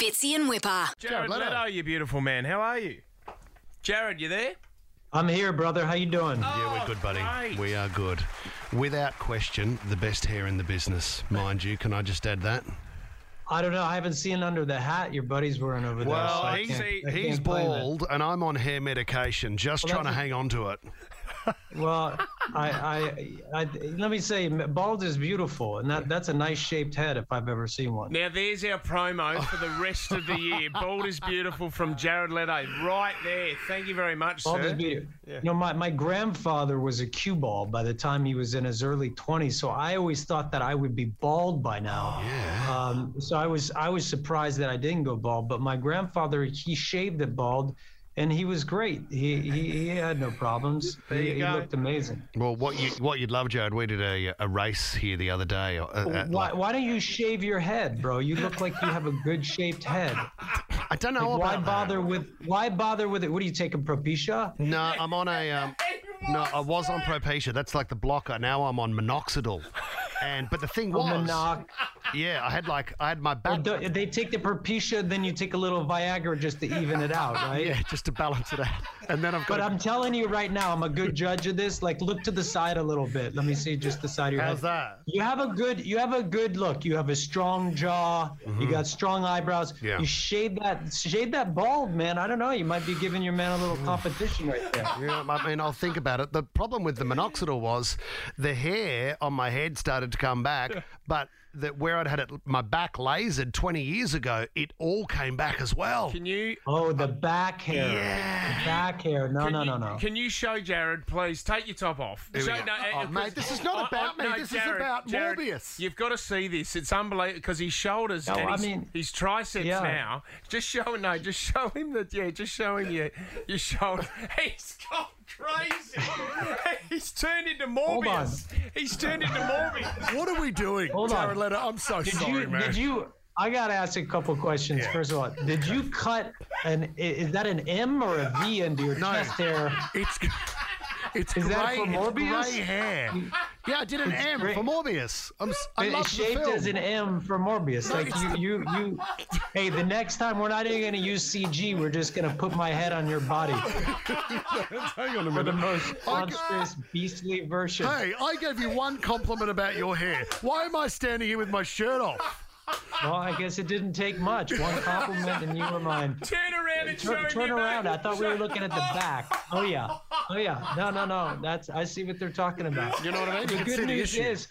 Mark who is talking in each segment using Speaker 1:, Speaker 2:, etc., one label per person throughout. Speaker 1: Fitzy and Whipper.
Speaker 2: Jared
Speaker 3: Jared Leto.
Speaker 2: Leto, you beautiful man. How are you?
Speaker 4: Jared, you there?
Speaker 3: I'm here, brother. How you doing?
Speaker 5: Yeah, we're good, buddy.
Speaker 2: great.
Speaker 5: We are good. Without question, the best hair in the business, mind you. Can I just add that?
Speaker 3: I don't know. I haven't seen under the hat your buddy's wearing over there.
Speaker 5: Well,
Speaker 3: so I
Speaker 5: he's-
Speaker 3: can't- I
Speaker 5: He's
Speaker 3: can't claim it.
Speaker 5: bald, and I'm on hair medication, just
Speaker 3: Well,
Speaker 5: trying to
Speaker 3: that's a-
Speaker 5: hang on to it.
Speaker 3: Well, I, I, I, let me say, bald is beautiful, and that, that's a nice shaped head if I've ever seen one.
Speaker 2: Now there's our promo for the rest of the year. Bald is beautiful from Jared Leto, right there. Thank you very much,
Speaker 3: Bald
Speaker 2: sir.
Speaker 3: is beautiful. You know, my, my grandfather was a cue ball by the time he was in his early 20s, so I always thought that I would be bald by now. Um, so I was I was surprised that I didn't go bald, but my grandfather he shaved it bald, and he was great. He he, he had no problems. he, he
Speaker 2: go.
Speaker 3: looked amazing.
Speaker 5: Well, what you what you'd love, Jared? We did a, a race here the other day. uh, uh, at,
Speaker 3: Why,
Speaker 5: like-
Speaker 3: why don't you shave your head, bro? You look like you have a good shaped head.
Speaker 5: I don't know
Speaker 3: Like, why
Speaker 5: about that.
Speaker 3: bother with why bother with it? What are you taking Propecia?
Speaker 5: No, I'm on a. Um, no, I was on Propecia. That's like the blocker. Now I'm on minoxidil. And but the thing was,
Speaker 3: Monoc-
Speaker 5: yeah, I had like I had my
Speaker 3: Well,
Speaker 5: back.
Speaker 3: do- they take the Propecia, then you take a little Viagra just to even it out, right?
Speaker 5: yeah, just to balance it out. And then I've got.
Speaker 3: But
Speaker 5: a-
Speaker 3: I'm telling you right now, I'm a good judge of this. Like, look to the side a little bit. Let me see just the side of your
Speaker 5: how's
Speaker 3: head.
Speaker 5: that?
Speaker 3: You have a good, you have a good look. You have a strong jaw. You got strong eyebrows.
Speaker 5: Mm-hmm. Yeah.
Speaker 3: You shade that, shade that bald, man. I don't know. You might be giving your man a little
Speaker 5: Mm.
Speaker 3: competition right there.
Speaker 5: Yeah, I mean, I'll think about it. The problem with the minoxidil was the hair on my head started to come back, but that where I'd had it, my back lasered 20 years ago, it all came back as well.
Speaker 2: Can you?
Speaker 3: Oh, the back hair.
Speaker 5: Yeah.
Speaker 3: The back hair. No,
Speaker 2: Can
Speaker 3: no,
Speaker 2: you,
Speaker 3: no, no.
Speaker 2: Can you show Jared, please? Take your top off.
Speaker 5: Here we
Speaker 2: Show,
Speaker 5: go.
Speaker 2: uh,
Speaker 5: Oh,
Speaker 2: uh,
Speaker 5: mate, this is not
Speaker 2: I- I-
Speaker 5: about me. This is about
Speaker 2: Jared,
Speaker 5: Morbius.
Speaker 2: You've got to see this. It's unbelievable because his shoulders
Speaker 3: No,
Speaker 2: and
Speaker 3: I
Speaker 2: his,
Speaker 3: mean-
Speaker 2: his triceps
Speaker 3: Yeah.
Speaker 2: now. Just show him. No, just show him that. Yeah, just show him your your shoulder. He's gone crazy. He's turned into
Speaker 3: Hold on.
Speaker 2: Morbius. He's turned into Morbius.
Speaker 5: What are we doing?
Speaker 3: Hold on.
Speaker 5: Jared Leto, I'm so
Speaker 3: Did
Speaker 5: sorry,
Speaker 3: you?
Speaker 5: man.
Speaker 3: Did you? I gotta ask a couple questions. First of all, did you cut an? i- Is that an M or a V into your
Speaker 5: No.
Speaker 3: chest hair?
Speaker 5: It's, it's
Speaker 3: Is
Speaker 5: gray,
Speaker 3: that for
Speaker 5: it's
Speaker 3: Morbius?
Speaker 5: gray hair. Yeah, I did an M
Speaker 3: gray.
Speaker 5: for Morbius. I'm, s- I love
Speaker 3: It's
Speaker 5: the
Speaker 3: shaped
Speaker 5: film.
Speaker 3: as an M for Morbius. Like you, you, you. Hey, the next time we're not even gonna use CG. We're just gonna put my head on your body
Speaker 5: Hang on a
Speaker 3: for the
Speaker 5: minute.
Speaker 3: most
Speaker 5: I g-
Speaker 3: monstrous, beastly version.
Speaker 5: Oh Hey, I gave you one compliment about your hair. Why am I standing here with my shirt off?
Speaker 3: Well, I guess it didn't take much. One compliment and you were mine.
Speaker 2: Turn around and show
Speaker 3: Turn,
Speaker 2: him
Speaker 3: turn
Speaker 2: your
Speaker 3: around. I
Speaker 2: back.
Speaker 3: thought we were looking at the back. Oh yeah. Oh yeah. No, no, no. That's I see what they're talking about.
Speaker 5: You know what I mean? You
Speaker 3: The
Speaker 5: can see
Speaker 3: good
Speaker 5: the
Speaker 3: news
Speaker 5: issue.
Speaker 3: is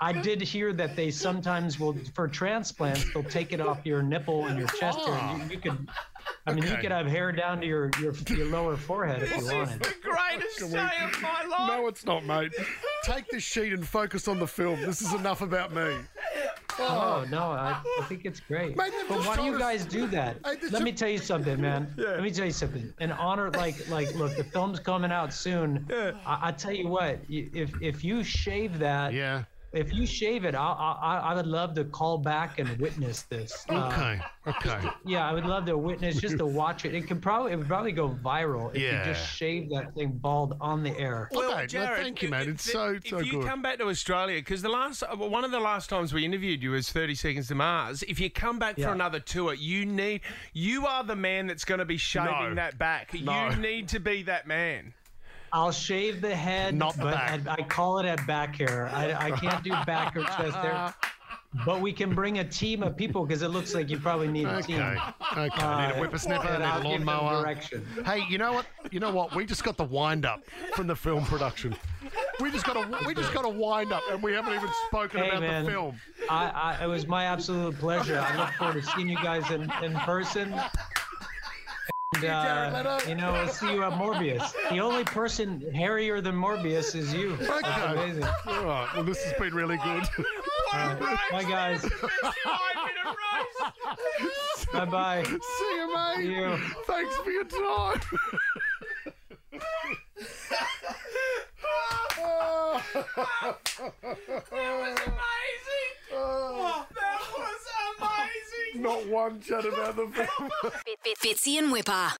Speaker 3: I did hear that they sometimes will for transplants they'll take it off your nipple and your chest hair. and You, you could I mean you
Speaker 5: Okay.
Speaker 3: could have hair down to your your, your lower forehead if you
Speaker 2: This is
Speaker 3: wanted.
Speaker 2: the greatest day of my life.
Speaker 5: No, it's not, mate. Take this sheet and focus on the film. This is enough about me.
Speaker 3: Oh no, I, I think it's great.
Speaker 5: Mate, they've
Speaker 3: but
Speaker 5: just
Speaker 3: why do you
Speaker 5: told us-
Speaker 3: guys do that?
Speaker 5: Hey, this
Speaker 3: Let
Speaker 5: is-
Speaker 3: me tell you something, man. Let me tell you something. In honor, like, like, look, the film's coming out soon. I, I tell you what, y- if if you shave that,
Speaker 5: Yeah.
Speaker 3: if you shave it, I I, I would love to call back and witness this. Uh,
Speaker 5: Okay. Okay.
Speaker 3: yeah, I would love to witness just to watch it. It could probably it would probably go viral if you
Speaker 5: Yeah.
Speaker 3: just shave that thing bald on the air.
Speaker 5: Well, mate, no, thank you, mate.
Speaker 2: i-
Speaker 5: It's
Speaker 2: i-
Speaker 5: so,
Speaker 2: if
Speaker 5: so
Speaker 2: you
Speaker 5: good.
Speaker 2: come back to Australia, because the last uh, well, one of the last times we interviewed you was Thirty Seconds to Mars. If you come back
Speaker 3: Yeah.
Speaker 2: for another tour, you need you are the man that's going to be shaving
Speaker 5: No.
Speaker 2: that back.
Speaker 5: No.
Speaker 2: You need to be that man.
Speaker 3: I'll shave the head,
Speaker 5: Not the
Speaker 3: but
Speaker 5: back.
Speaker 3: I, I call it at back hair. I, I can't do back or chest hair. But we can bring a team of people because it looks like you probably need a
Speaker 5: Okay.
Speaker 3: team.
Speaker 5: Okay. I need a
Speaker 3: Uh,
Speaker 5: whippersnapper, I
Speaker 3: and I'll
Speaker 5: need a
Speaker 3: give them
Speaker 5: lawnmower.
Speaker 3: direction.
Speaker 5: Hey, you know what? You know what? We just got the wind up from the film production. We just got a we just got a wind up, and we haven't even spoken
Speaker 3: Hey
Speaker 5: about
Speaker 3: man,
Speaker 5: the film.
Speaker 3: I, I, it was my absolute pleasure. I look forward to seeing you guys in, in person. And, uh, you know, I'll see you at Morbius. The only person hairier than Morbius is you. That's
Speaker 5: Okay.
Speaker 3: amazing.
Speaker 5: All right. Well, this has been really good.
Speaker 3: Bye, guys. Bye bye.
Speaker 5: See you, mate.
Speaker 3: See you.
Speaker 5: Thanks for your time.
Speaker 2: That was amazing.
Speaker 5: Not one chat about the film.
Speaker 1: Fitzy and Whipper.